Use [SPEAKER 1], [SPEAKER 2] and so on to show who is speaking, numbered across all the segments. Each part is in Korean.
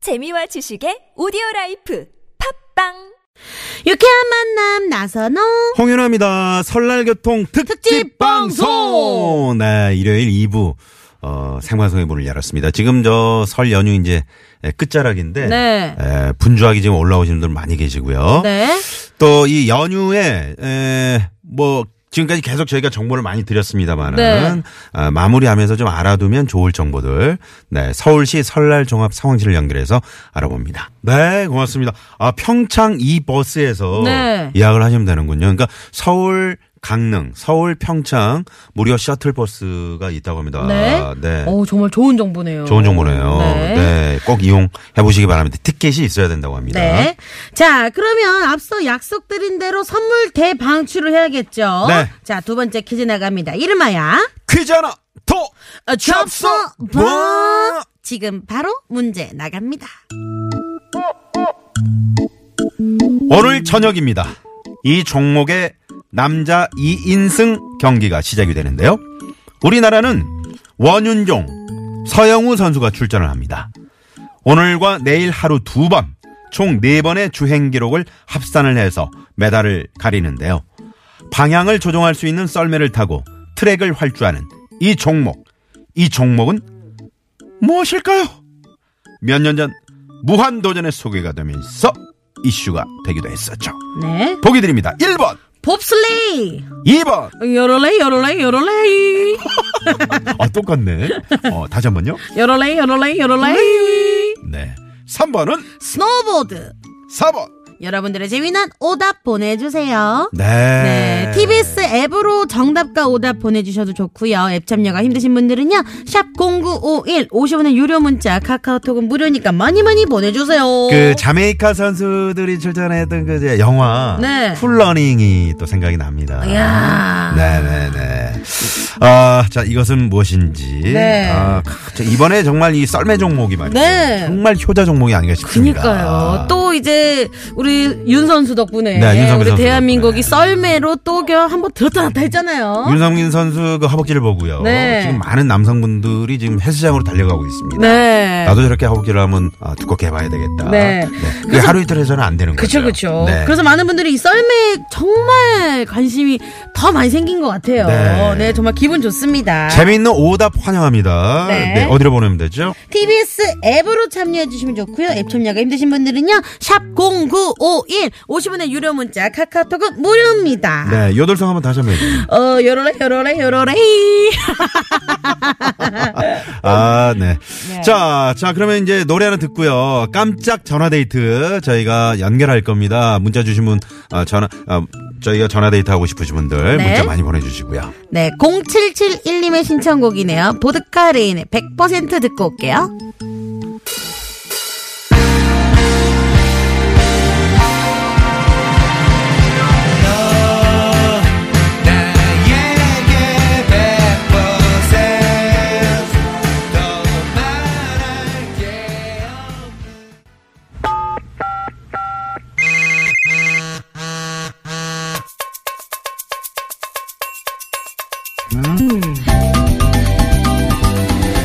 [SPEAKER 1] 재미와 지식의 오디오 라이프 팝빵
[SPEAKER 2] 유쾌한 만남 나선호
[SPEAKER 3] 홍윤아입니다. 설날 교통 특집
[SPEAKER 2] 특집 방송!
[SPEAKER 3] 방송. 네, 일요일 2부 어, 생방송의 문을 열었습니다. 지금 저 설 연휴 이제 예, 끝자락인데
[SPEAKER 2] 네.
[SPEAKER 3] 예, 분주하게 지금 올라오시는 분들 많이 계시고요.
[SPEAKER 2] 네
[SPEAKER 3] 또 이 연휴에 에, 뭐 지금까지 계속 저희가 정보를 많이 드렸습니다만은
[SPEAKER 2] 네.
[SPEAKER 3] 아, 마무리하면서 좀 알아두면 좋을 정보들 네 서울시 설날 종합 상황실을 연결해서 알아봅니다. 네 고맙습니다. 아 평창 이 버스에서
[SPEAKER 2] 네.
[SPEAKER 3] 예약을 하시면 되는군요. 그러니까 서울 강릉, 서울 평창 무료 셔틀 버스가 있다고 합니다.
[SPEAKER 2] 네.
[SPEAKER 3] 네.
[SPEAKER 2] 오, 정말 좋은 정보네요.
[SPEAKER 3] 좋은 정보네요.
[SPEAKER 2] 네.
[SPEAKER 3] 네, 꼭 이용해 보시기 바랍니다. 티켓이 있어야 된다고 합니다.
[SPEAKER 2] 네. 자, 그러면 앞서 약속드린 대로 선물 대방출을 해야겠죠.
[SPEAKER 3] 네.
[SPEAKER 2] 자, 두 번째 퀴즈 나갑니다. 이름하야
[SPEAKER 3] 퀴즈 하나 더
[SPEAKER 2] 접수
[SPEAKER 3] 뭐?
[SPEAKER 2] 뭐 지금 바로 문제 나갑니다.
[SPEAKER 3] 오늘 저녁입니다. 이 종목의 남자 2인승 경기가 시작이 되는데요. 우리나라는 원윤종, 서영우 선수가 출전을 합니다. 오늘과 내일 하루 두 번, 총 네번의 주행 기록을 합산을 해서 메달을 가리는데요. 방향을 조종할 수 있는 썰매를 타고 트랙을 활주하는 이 종목. 이 종목은 무엇일까요? 몇 년 전 무한도전에 소개가 되면서 이슈가 되기도 했었죠.
[SPEAKER 2] 네.
[SPEAKER 3] 보기 드립니다. 1번,
[SPEAKER 2] 봅슬레이.
[SPEAKER 3] 2번.
[SPEAKER 2] 요럴레이 요럴레이 요럴레이.
[SPEAKER 3] 아, 똑같네. 어, 다시 한 번요.
[SPEAKER 2] 요럴레이 요럴레이 요럴레이.
[SPEAKER 3] 네. 3번은
[SPEAKER 2] 스노보드.
[SPEAKER 3] 4번.
[SPEAKER 2] 여러분들의 재미난 오답 보내주세요.
[SPEAKER 3] 네.
[SPEAKER 2] 네, TBS 앱으로 정답과 오답 보내주셔도 좋고요. 앱 참여가 힘드신 분들은요. 샵 0951, 50원의 유료 문자, 카카오톡은 무료니까 많이 많이 보내주세요.
[SPEAKER 3] 그 자메이카 선수들이 출전했던 그 이제 영화
[SPEAKER 2] 네.
[SPEAKER 3] 쿨러닝이 또 생각이 납니다.
[SPEAKER 2] 이야.
[SPEAKER 3] 네. 네네네. 아, 자 이것은 무엇인지.
[SPEAKER 2] 네.
[SPEAKER 3] 아, 크, 자, 이번에 정말 이 썰매 종목이 말이죠.
[SPEAKER 2] 네.
[SPEAKER 3] 정말 효자 종목이 아닌가 싶습니다.
[SPEAKER 2] 그니까요. 또 이제 우리 윤 선수 덕분에
[SPEAKER 3] 네, 윤 선수
[SPEAKER 2] 우리
[SPEAKER 3] 선수
[SPEAKER 2] 대한민국이
[SPEAKER 3] 덕분에.
[SPEAKER 2] 썰매로 또 겨 한번 들었다 놨다 했잖아요.
[SPEAKER 3] 윤성민 선수 그 허벅지를 보고요.
[SPEAKER 2] 어? 네.
[SPEAKER 3] 지금 많은 남성분들이 지금 헬스장으로 달려가고 있습니다.
[SPEAKER 2] 네.
[SPEAKER 3] 나도 저렇게 허벅지를 하면 아, 두껍게 해봐야 되겠다.
[SPEAKER 2] 네.
[SPEAKER 3] 그게 하루 이틀 해서는 안 되는
[SPEAKER 2] 그쵸, 그쵸.
[SPEAKER 3] 거죠. 네.
[SPEAKER 2] 그래서 많은 분들이 이 썰매에 정말 관심이 더 많이 생긴 것 같아요.
[SPEAKER 3] 네.
[SPEAKER 2] 네 정말 기분 좋습니다.
[SPEAKER 3] 재미있는 오답 환영합니다.
[SPEAKER 2] 네.
[SPEAKER 3] 어디로 보내면 되죠?
[SPEAKER 2] TBS 앱으로 참여해 주시면 좋고요. 앱 참여가 힘드신 분들은요. 샵 0951 50원의 유료 문자 카카오톡은 무료입니다.
[SPEAKER 3] 네, 요돌성 한번 다시 한번 해주세요.
[SPEAKER 2] 어, 요로레 요로레 요로레.
[SPEAKER 3] 아, 네. 자, 자, 그러면 이제 노래 하나 듣고요. 깜짝 전화데이트 저희가 연결할 겁니다. 문자 주신 분, 어, 전화, 어, 저희가 전화데이트 하고 싶으신 분들
[SPEAKER 2] 네.
[SPEAKER 3] 문자 많이 보내주시고요.
[SPEAKER 2] 네, 0771님의 신청곡이네요. 보드카 레인의 100% 듣고 올게요.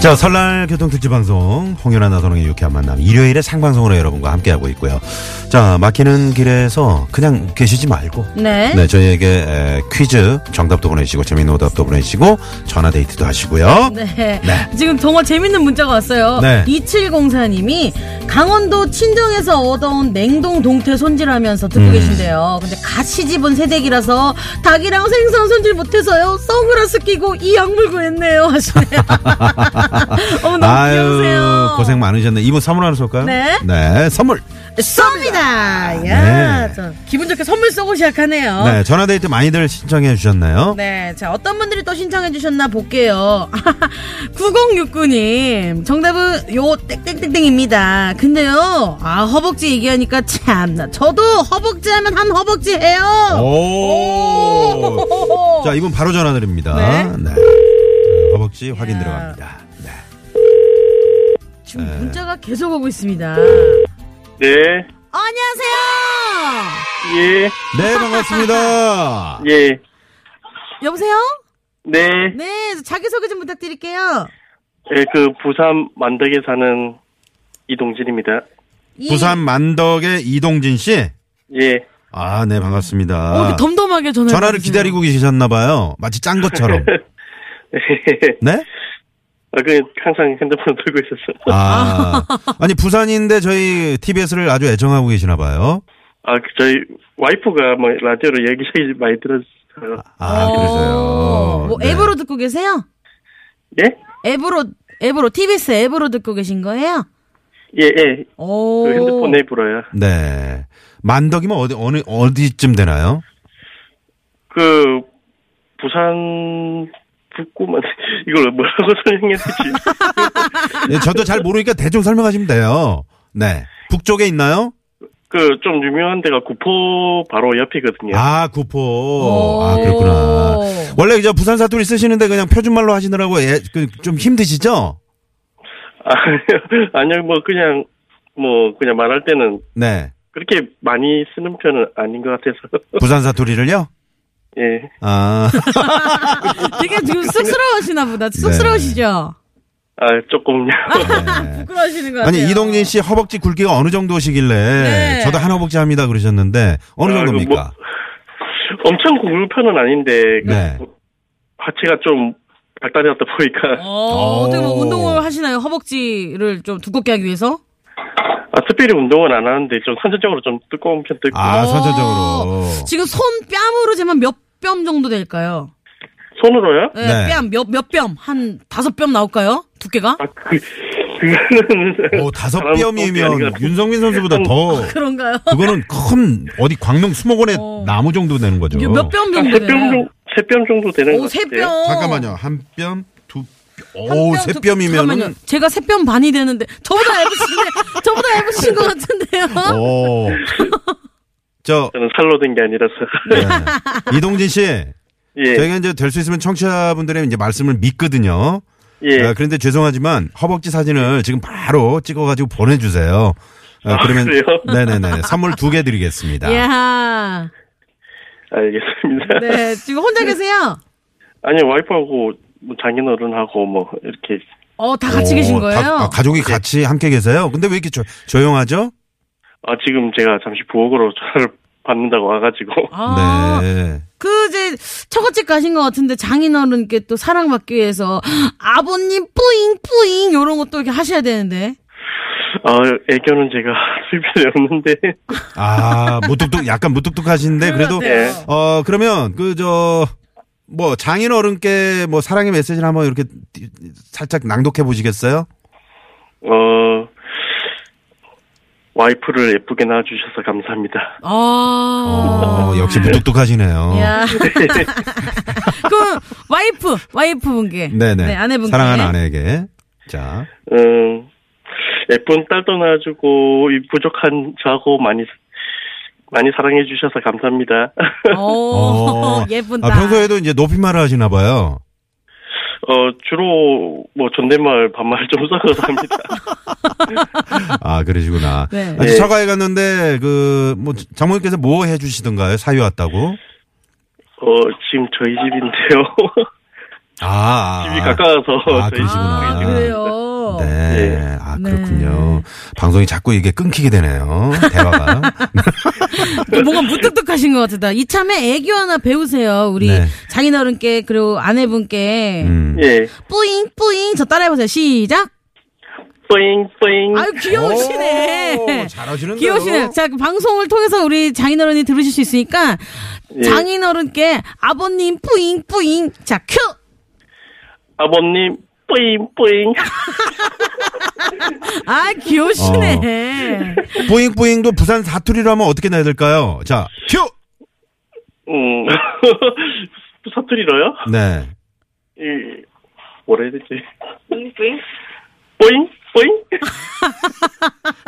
[SPEAKER 3] 자, 설날 교통특집 방송, 홍윤아 나선홍의 유쾌한 만남, 일요일에 생방송으로 여러분과 함께하고 있고요. 자, 막히는 길에서 그냥 계시지 말고,
[SPEAKER 2] 네.
[SPEAKER 3] 네, 저희에게 에, 퀴즈 정답도 보내주시고, 재미있는 오답도 보내주시고, 전화데이트도 하시고요.
[SPEAKER 2] 네.
[SPEAKER 3] 네.
[SPEAKER 2] 지금 정말 재밌는 문자가 왔어요.
[SPEAKER 3] 네.
[SPEAKER 2] 2704님이 강원도 친정에서 얻어온 냉동 동태 손질하면서
[SPEAKER 3] 음.
[SPEAKER 2] 듣고 계신데요. 근데 같이 집은 새댁이라서 닭이랑 생선 손질 못해서요. 선글라스 끼고 이 약물 구했네요. 하시네요. 어머, 너무 귀여우세요.
[SPEAKER 3] 고생 많으셨네. 이분 선물 하나 쏠까요?
[SPEAKER 2] 네.
[SPEAKER 3] 선물.
[SPEAKER 2] 쏩니다. 야,
[SPEAKER 3] 네.
[SPEAKER 2] 저 기분 좋게 선물 쏘고 시작하네요.
[SPEAKER 3] 네, 전화데이트 많이들 신청해 주셨나요?
[SPEAKER 2] 어? 네, 자, 어떤 분들이 또 신청해주셨나 볼게요. 9069님, 정답은 요, 땡땡땡땡입니다. 근데요, 아, 허벅지 얘기하니까 참나. 저도 허벅지 하면 한 허벅지 해요!
[SPEAKER 3] 오. 자, 이분 바로 전화드립니다.
[SPEAKER 2] 네.
[SPEAKER 3] 자, 허벅지 확인 들어갑니다. 네.
[SPEAKER 2] 지금 문자가 계속 오고 있습니다.
[SPEAKER 4] 네,
[SPEAKER 2] 안녕하세요!
[SPEAKER 4] 예,
[SPEAKER 3] 네, 반갑습니다.
[SPEAKER 4] 예,
[SPEAKER 2] 여보세요?
[SPEAKER 4] 네.
[SPEAKER 2] 네, 자기소개 좀 부탁드릴게요.
[SPEAKER 4] 예, 그 부산 만덕에 사는 이동진입니다.
[SPEAKER 2] 이-
[SPEAKER 3] 부산 만덕의 이동진 씨.
[SPEAKER 4] 예.
[SPEAKER 3] 아, 네,
[SPEAKER 5] 어,
[SPEAKER 3] 반갑습니다.
[SPEAKER 5] 이렇게 덤덤하게 전화
[SPEAKER 3] 전화를 기다리고 계셨나봐요. 마치 짠 것처럼. 네?
[SPEAKER 4] 아, 그 항상 핸드폰 들고 있었어.
[SPEAKER 3] 아. 아니, 부산인데 저희 TBS를 아주 애정하고 계시나봐요.
[SPEAKER 4] 아, 그 저희 와이프가 뭐 라디오로 얘기저기 많이 들었어요.
[SPEAKER 3] 아, 그러세요.
[SPEAKER 2] 뭐
[SPEAKER 3] 네.
[SPEAKER 2] 앱으로 듣고 계세요?
[SPEAKER 4] 예?
[SPEAKER 2] 앱으로 앱으로 TBS 앱으로 듣고 계신 거예요?
[SPEAKER 4] 예, 예.
[SPEAKER 2] 오.
[SPEAKER 4] 그 핸드폰 앱으로요.
[SPEAKER 3] 네. 만덕이면 어디, 어느, 어디쯤 되나요?
[SPEAKER 4] 그 부산 북구만 이걸 뭐라고 설명해야 되지?
[SPEAKER 3] 네, 저도 잘 모르니까 대충 설명하시면 돼요. 네. 북쪽에 있나요?
[SPEAKER 4] 그 좀 유명한 데가 구포 바로 옆이거든요.
[SPEAKER 3] 아, 구포. 아, 그렇구나. 원래 이제 부산 사투리 쓰시는데 그냥 표준말로 하시느라고 예, 그, 좀 힘드시죠?
[SPEAKER 4] 아니요, 아니요, 뭐 그냥 뭐 그냥 말할 때는
[SPEAKER 3] 네.
[SPEAKER 4] 그렇게 많이 쓰는 편은 아닌 것 같아서
[SPEAKER 3] 부산 사투리를요?
[SPEAKER 4] 예.
[SPEAKER 3] 아,
[SPEAKER 2] 아, 되게 지금 쑥스러우시나 보다. 쑥스러우시죠?
[SPEAKER 4] 아 조금요.
[SPEAKER 3] 네.
[SPEAKER 2] 부끄러우시는 거 같아요.
[SPEAKER 3] 아니, 이동진 씨 허벅지 굵기가 어느 정도시길래
[SPEAKER 2] 네.
[SPEAKER 3] 저도 한 허벅지 합니다 그러셨는데 어느
[SPEAKER 4] 아,
[SPEAKER 3] 정도입니까?
[SPEAKER 4] 엄청 굵은 편은 아닌데 그
[SPEAKER 3] 네.
[SPEAKER 4] 하체가 좀 발달해왔다 보니까
[SPEAKER 2] 어, 어떻게 뭐
[SPEAKER 3] 오.
[SPEAKER 2] 운동을 하시나요? 허벅지를 좀 두껍게 하기 위해서?
[SPEAKER 4] 아, 스피드 운동은 안 하는데 좀 선천적으로 좀 두꺼운 편도 있고
[SPEAKER 3] 아,
[SPEAKER 2] 어.
[SPEAKER 3] 선천적으로.
[SPEAKER 2] 지금 손 뺨으로 재면 몇 뺨 정도 될까요?
[SPEAKER 4] 손으로요?
[SPEAKER 2] 네,
[SPEAKER 3] 네.
[SPEAKER 2] 뺨, 몇, 몇 뺨? 한 다섯 뺨 나올까요? 두께가?
[SPEAKER 4] 아 그, 그거는
[SPEAKER 3] 오, 다섯
[SPEAKER 4] 사람 손이 아니라
[SPEAKER 3] 뼘이면 윤성민 선수보다 더
[SPEAKER 2] 그런가요?
[SPEAKER 3] 그거는 큰 어디 광명 수목원의
[SPEAKER 2] 어. 나무
[SPEAKER 3] 나무 정도 되는 거죠.
[SPEAKER 2] 이게 몇 뺨 정도
[SPEAKER 4] 아, 세뼘
[SPEAKER 2] 되나요?
[SPEAKER 4] 정도 세뼘 정도 되는
[SPEAKER 2] 오,
[SPEAKER 4] 것
[SPEAKER 2] 세
[SPEAKER 4] 같아요.
[SPEAKER 2] 뺨.
[SPEAKER 3] 잠깐만요. 한 뼘, 두 뼘.
[SPEAKER 2] 한
[SPEAKER 3] 오,
[SPEAKER 2] 뺨,
[SPEAKER 3] 세
[SPEAKER 2] 두- 잠깐만요.
[SPEAKER 3] 뼘이면은
[SPEAKER 2] 제가 세 뺨 반이 되는데 저보다 얇으신데 저보다 얇으신 것 같은데요.
[SPEAKER 3] 오. 저
[SPEAKER 4] 저는 살로 된 게 아니라서
[SPEAKER 3] 네. 이동진 씨,
[SPEAKER 4] 예
[SPEAKER 3] 저희가 이제 될 수 있으면 청취자분들의 이제 말씀을 믿거든요.
[SPEAKER 4] 예.
[SPEAKER 3] 아, 그런데 죄송하지만 허벅지 사진을 지금 바로 찍어가지고 보내주세요. 아,
[SPEAKER 4] 아,
[SPEAKER 3] 그러면
[SPEAKER 4] 그래요?
[SPEAKER 3] 네네네 선물 두 개 드리겠습니다.
[SPEAKER 2] 예, 이야.
[SPEAKER 3] 그
[SPEAKER 4] 알겠습니다.
[SPEAKER 2] 네, 지금 혼자 계세요?
[SPEAKER 4] 아니 와이프하고 뭐 장인어른하고 뭐 이렇게
[SPEAKER 2] 어, 다 같이
[SPEAKER 3] 오,
[SPEAKER 2] 계신
[SPEAKER 3] 다-
[SPEAKER 2] 거예요?
[SPEAKER 3] 아, 가족이 같이 함께 계세요? 근데 왜 이렇게 조, 조용하죠?
[SPEAKER 4] 아 지금 제가 잠시 부엌으로 전화를 받는다고 와가지고
[SPEAKER 2] 아,
[SPEAKER 3] 네.
[SPEAKER 2] 그 이제 처갓집 가신 것 같은데 장인어른께 또 사랑받기 위해서 아버님 뿌잉 뿌잉 요런 것도 이렇게 하셔야 되는데.
[SPEAKER 4] 아 애교는 제가 수입이 없는데
[SPEAKER 3] 아 무뚝뚝 약간 무뚝뚝하신데 그래도
[SPEAKER 4] 예.
[SPEAKER 3] 어 그러면 그 저 뭐 장인 어른께 뭐 사랑의 메시지를 한번 이렇게 띠- 살짝 낭독해 보시겠어요?
[SPEAKER 4] 어 와이프를 예쁘게 낳아주셔서 감사합니다.
[SPEAKER 2] 아.
[SPEAKER 3] 어, 역시 무뚝뚝하시네요.
[SPEAKER 2] 야. 그 와이프, 와이프분께.
[SPEAKER 3] 네네.
[SPEAKER 2] 네, 아내분께.
[SPEAKER 3] 사랑하는 아내에게. 자.
[SPEAKER 4] 음 예쁜 딸도 낳아주고 이 부족한 저하고 많이 많이 사랑해 주셔서 감사합니다.
[SPEAKER 2] 오,
[SPEAKER 3] 어.
[SPEAKER 2] 예쁜 딸.
[SPEAKER 3] 아, 평소에도 이제 높임말을 하시나 봐요.
[SPEAKER 4] 어 주로 뭐 존댓말 반말 좀 써서 합니다.
[SPEAKER 3] 아, 그러시구나.
[SPEAKER 2] 네.
[SPEAKER 3] 아니,
[SPEAKER 4] 네.
[SPEAKER 3] 처가에 갔는데 그 뭐 장모님께서 뭐 해주시던가요? 사위 왔다고?
[SPEAKER 4] 어 지금 저희 집인데요.
[SPEAKER 3] 아, 아,
[SPEAKER 4] 집이 가까워서
[SPEAKER 3] 아,
[SPEAKER 4] 저희
[SPEAKER 3] 그러시구나.
[SPEAKER 2] 아, 그래요.
[SPEAKER 3] 네.
[SPEAKER 4] 예.
[SPEAKER 3] 아,
[SPEAKER 2] 네.
[SPEAKER 3] 그렇군요. 방송이 자꾸 이게 끊기게 되네요. 대화가.
[SPEAKER 2] 뭔가 무뚝뚝하신 것 같다. 이참에 애교 하나 배우세요. 우리
[SPEAKER 3] 네.
[SPEAKER 2] 장인어른께 그리고 아내분께
[SPEAKER 3] 음.
[SPEAKER 4] 예
[SPEAKER 2] 뿌잉 뿌잉 저 따라해보세요. 시작.
[SPEAKER 4] 뿌잉 뿌잉
[SPEAKER 2] 아유 귀여우시네.
[SPEAKER 3] 오, 잘하시는데요.
[SPEAKER 2] 귀여우시네. 자, 그 방송을 통해서 우리 장인어른이 들으실 수 있으니까
[SPEAKER 4] 예.
[SPEAKER 2] 장인어른께 아버님 뿌잉 뿌잉 자 큐.
[SPEAKER 4] 아버님 뿌잉 뿌잉
[SPEAKER 2] 아 귀여우시네.
[SPEAKER 3] 어. 뿌잉뿌잉도 부산 사투리로 하면 어떻게 내야 될까요? 자, 큐!
[SPEAKER 4] 음. 사투리로요?
[SPEAKER 3] 네.
[SPEAKER 4] 이, 뭐라 해야 되지? 뿌잉, 뿌잉?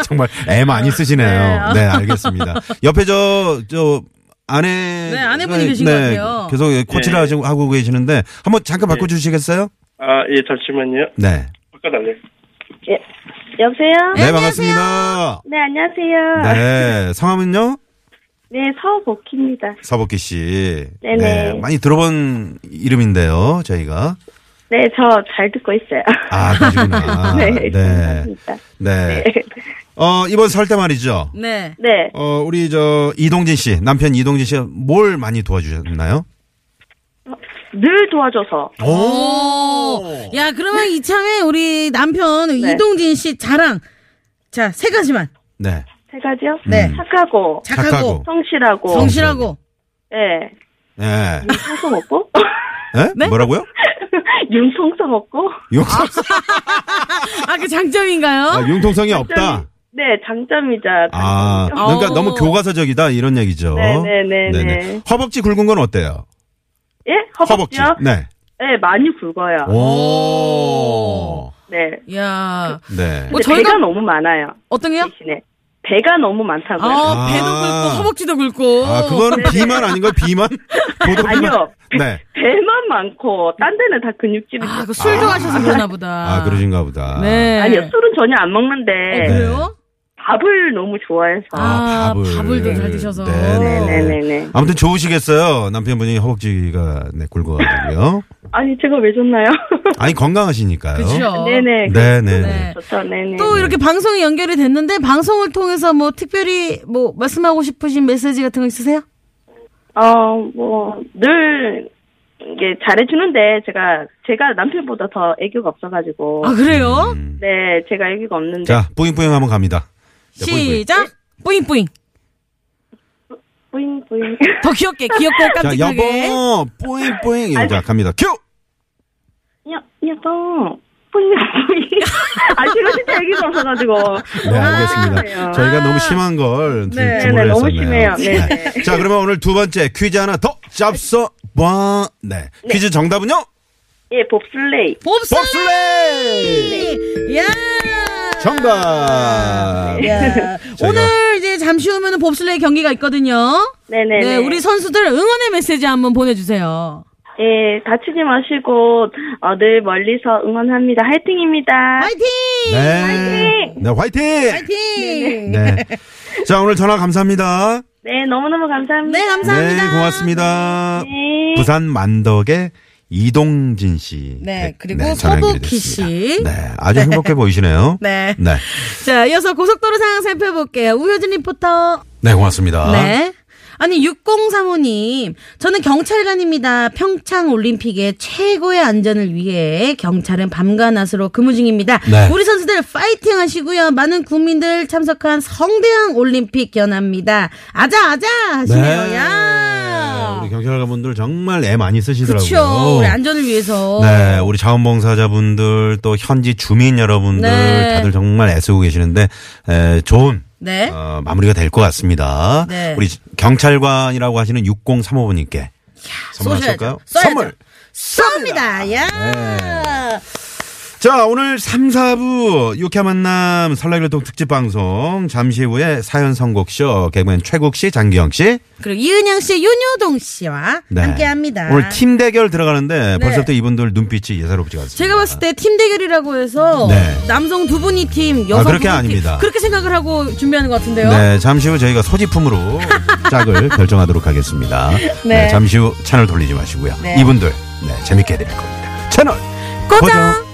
[SPEAKER 3] 정말 애 많이 쓰시네요. 네, 알겠겠습니다. 옆에 저, 저, 아내.
[SPEAKER 2] 네, 아내분이 계신 것 같아요.
[SPEAKER 3] 계속 코치를
[SPEAKER 4] 예.
[SPEAKER 3] 하시고- 하고 계시는데, 한번 잠깐 바꿔주시겠어요?
[SPEAKER 4] 아, 예, 잠시만요.
[SPEAKER 3] 네.
[SPEAKER 4] 바꿔달래.
[SPEAKER 6] 예, 여보세요?
[SPEAKER 3] 네, 반갑습니다.
[SPEAKER 6] 네, 안녕하세요.
[SPEAKER 3] 네, 성함은요?
[SPEAKER 6] 네, 서복희입니다.
[SPEAKER 3] 서복기 씨.
[SPEAKER 6] 네네.
[SPEAKER 3] 많이 들어본 이름인데요, 저희가.
[SPEAKER 6] 네, 저 잘 듣고 있어요.
[SPEAKER 3] 아, 그러시구나.
[SPEAKER 6] 네,
[SPEAKER 3] 네.
[SPEAKER 6] 감사합니다.
[SPEAKER 3] 네. 어, 이번 설 때 말이죠.
[SPEAKER 2] 네.
[SPEAKER 6] 네,
[SPEAKER 3] 어, 우리 저 이동진 씨, 남편 이동진 씨 뭘 많이 도와주셨나요?
[SPEAKER 6] 늘 도와줘서.
[SPEAKER 2] 오. 야, 그러면 이참에 우리 남편
[SPEAKER 6] 네.
[SPEAKER 2] 이동진 씨 자랑. 자, 세 가지만.
[SPEAKER 3] 네.
[SPEAKER 6] 세 가지요?
[SPEAKER 2] 네.
[SPEAKER 6] 착하고,
[SPEAKER 2] 착하고,
[SPEAKER 3] 착하고.
[SPEAKER 6] 성실하고,
[SPEAKER 3] 어.
[SPEAKER 2] 성실하고.
[SPEAKER 6] 네,
[SPEAKER 3] 예.
[SPEAKER 6] 윤통수 먹고,
[SPEAKER 3] 예?
[SPEAKER 2] 네?
[SPEAKER 3] 뭐라고요?
[SPEAKER 6] 윤통수 먹고,
[SPEAKER 3] 용성,
[SPEAKER 2] 아, 그 장점인가요?
[SPEAKER 3] 아, 융통성이 없다.
[SPEAKER 6] 네, 장점이자.
[SPEAKER 3] 아,
[SPEAKER 6] 장점이죠.
[SPEAKER 3] 그러니까
[SPEAKER 2] 어.
[SPEAKER 3] 너무 교과서적이다 이런 얘기죠.
[SPEAKER 6] 네, 네, 네, 네.
[SPEAKER 3] 허벅지 굵은 건 어때요?
[SPEAKER 6] 예? 허벅지요?
[SPEAKER 3] 네.
[SPEAKER 6] 네, 많이 굵어요.
[SPEAKER 3] 오.
[SPEAKER 6] 네.
[SPEAKER 2] 야.
[SPEAKER 3] 네.
[SPEAKER 2] 뭐
[SPEAKER 6] 근데
[SPEAKER 2] 저희가-
[SPEAKER 6] 배가 너무 많아요.
[SPEAKER 2] 어떤 게요?
[SPEAKER 6] 대신에. 배가 너무 많다고요.
[SPEAKER 2] 아,
[SPEAKER 3] 아.
[SPEAKER 2] 배도 굵고 허벅지도 굵고.
[SPEAKER 3] 아, 그거는 비만 아닌가요? 비만? 보도 비만?
[SPEAKER 6] 아니요.
[SPEAKER 3] 네.
[SPEAKER 6] 배만 많고 딴 데는 다 근육질이죠.
[SPEAKER 2] 아, 그 술도
[SPEAKER 3] 아.
[SPEAKER 2] 하셔서 그러나 보다.
[SPEAKER 3] 아, 그러신가 보다.
[SPEAKER 2] 네.
[SPEAKER 6] 아니요 술은 전혀 안
[SPEAKER 2] 어,
[SPEAKER 6] 먹는데
[SPEAKER 3] 네.
[SPEAKER 2] 그래요?
[SPEAKER 6] 밥을 너무 좋아해서
[SPEAKER 2] 아, 밥을 더 잘 드셔서.
[SPEAKER 3] 네네네.
[SPEAKER 6] 네네네
[SPEAKER 3] 아무튼 좋으시겠어요. 남편분이 허벅지가 네, 굵어가지고요.
[SPEAKER 6] 아니 제가 왜 줬나요?
[SPEAKER 3] 아니, 건강하시니까요.
[SPEAKER 2] 그죠?
[SPEAKER 6] 아, 네네
[SPEAKER 3] 네네.
[SPEAKER 2] 네.
[SPEAKER 6] 좋죠 네네
[SPEAKER 2] 어. 또 이렇게 방송이 연결이 됐는데 방송을 통해서 뭐 특별히 뭐 말씀하고 싶으신 메시지 같은 거 있으세요?
[SPEAKER 6] 어, 뭐, 어뭐늘 이게 잘해주는데 제가 제가 남편보다 더 애교가 없어가지고
[SPEAKER 2] 아 그래요?
[SPEAKER 3] 음.
[SPEAKER 6] 네 제가 애교가 없는데
[SPEAKER 3] 자, 뿌잉뿌잉 한번 갑니다. 자, 뿌잉뿌잉.
[SPEAKER 2] 시작 뿌잉뿌잉
[SPEAKER 6] 부잉 부잉
[SPEAKER 2] 더 귀엽게 귀엽고
[SPEAKER 3] 자,
[SPEAKER 2] 깜찍하게
[SPEAKER 3] 여보, 뿌잉뿌잉. 자, 갑니다. 큐!
[SPEAKER 6] 야 여보 부잉 부잉 아 제가 진짜 애교가 없어가지고
[SPEAKER 3] 네, 알겠습니다.
[SPEAKER 6] 아, 그래요.
[SPEAKER 3] 저희가 너무 심한 걸
[SPEAKER 2] 네,
[SPEAKER 3] 네, 주문을
[SPEAKER 6] 네, 너무
[SPEAKER 3] 했었네요.
[SPEAKER 6] 심해요. 네, 네.
[SPEAKER 3] 자, 그러면 오늘 두 번째 퀴즈 하나 더 잡숴 봐. 네. 퀴즈 정답은요?
[SPEAKER 6] 예 봅슬레이
[SPEAKER 2] 봅슬리
[SPEAKER 3] 봅슬레이!
[SPEAKER 2] 예. 야
[SPEAKER 3] 정답!
[SPEAKER 2] 야.
[SPEAKER 3] 저희가-
[SPEAKER 2] 오늘 이제 잠시 후면은 봅슬레이 경기가 있거든요.
[SPEAKER 6] 네네네
[SPEAKER 2] 네, 우리 선수들 응원의 메시지 한번 보내주세요.
[SPEAKER 6] 예, 다치지 마시고 어, 늘 멀리서 응원합니다. 화이팅입니다.
[SPEAKER 2] 화이팅!
[SPEAKER 3] 네. 네, 화이팅!
[SPEAKER 2] 화이팅!
[SPEAKER 3] 네. 자, 오늘 전화 감사합니다.
[SPEAKER 6] 네, 너무너무 감사합니다.
[SPEAKER 2] 네, 감사합니다.
[SPEAKER 3] 네, 고맙습니다.
[SPEAKER 6] 네.
[SPEAKER 3] 부산 만덕의 이동진 씨.
[SPEAKER 2] 네, 그리고
[SPEAKER 3] 전화 연결이
[SPEAKER 2] 서복희 씨.
[SPEAKER 3] 됐습니다. 네, 아주 행복해 보이시네요.
[SPEAKER 2] 네.
[SPEAKER 3] 네.
[SPEAKER 2] 자, 이어서 고속도로 상황 살펴볼게요. 우효진 리포터.
[SPEAKER 3] 네, 고맙습니다.
[SPEAKER 2] 네. 아니 6035님, 저는 경찰관입니다. 평창 올림픽의 최고의 안전을 위해 경찰은 밤과 낮으로 근무 중입니다.
[SPEAKER 3] 네.
[SPEAKER 2] 우리 선수들 파이팅 하시고요. 많은 국민들 참석한 성대한 올림픽 연합니다. 아자 아자 하시네요.
[SPEAKER 3] 네.
[SPEAKER 2] 야.
[SPEAKER 3] 우리 경찰관분들 정말 애 많이 쓰시더라고요.
[SPEAKER 2] 그렇죠. 우리 안전을 위해서.
[SPEAKER 3] 네, 우리 자원봉사자분들 또 현지 주민 여러분들
[SPEAKER 2] 네.
[SPEAKER 3] 다들 정말 애쓰고 계시는데 에, 좋은
[SPEAKER 2] 네.
[SPEAKER 3] 어, 마무리가 될 것 같습니다.
[SPEAKER 2] 네.
[SPEAKER 3] 우리 경찰관이라고 하시는 6035번님께 선물 하실까요?
[SPEAKER 2] 쏘셔야죠. 쏴야죠.
[SPEAKER 3] 선물. 아,
[SPEAKER 2] 쏩니다.
[SPEAKER 3] 네.
[SPEAKER 2] 야.
[SPEAKER 3] 자, 오늘 3, 4부 유쾌 만남 설날교통 특집 방송 잠시 후에 사연 선곡쇼 개그맨 최국 씨, 장기영 씨
[SPEAKER 2] 그리고 이은영 씨, 윤효동 씨와
[SPEAKER 3] 네.
[SPEAKER 2] 함께합니다.
[SPEAKER 3] 오늘 팀 대결
[SPEAKER 2] 네.
[SPEAKER 3] 들어가는데 벌써부터 이분들 눈빛이 예사롭지가 않습니다.
[SPEAKER 2] 제가 봤을 때 팀 대결이라고 해서
[SPEAKER 3] 네.
[SPEAKER 2] 남성 두 분이 팀, 여성
[SPEAKER 3] 아, 그렇게
[SPEAKER 2] 두 분이
[SPEAKER 3] 아닙니다.
[SPEAKER 2] 팀 그렇게 생각을 하고 준비하는 것 같은데요.
[SPEAKER 3] 네, 잠시 후 저희가 소지품으로 짝을 결정하도록 하겠습니다.
[SPEAKER 2] 네.
[SPEAKER 3] 잠시 후 채널 돌리지 마시고요.
[SPEAKER 2] 네.
[SPEAKER 3] 이분들 네, 재밌게 해드릴 겁니다. 채널
[SPEAKER 2] 고정.
[SPEAKER 3] 고정.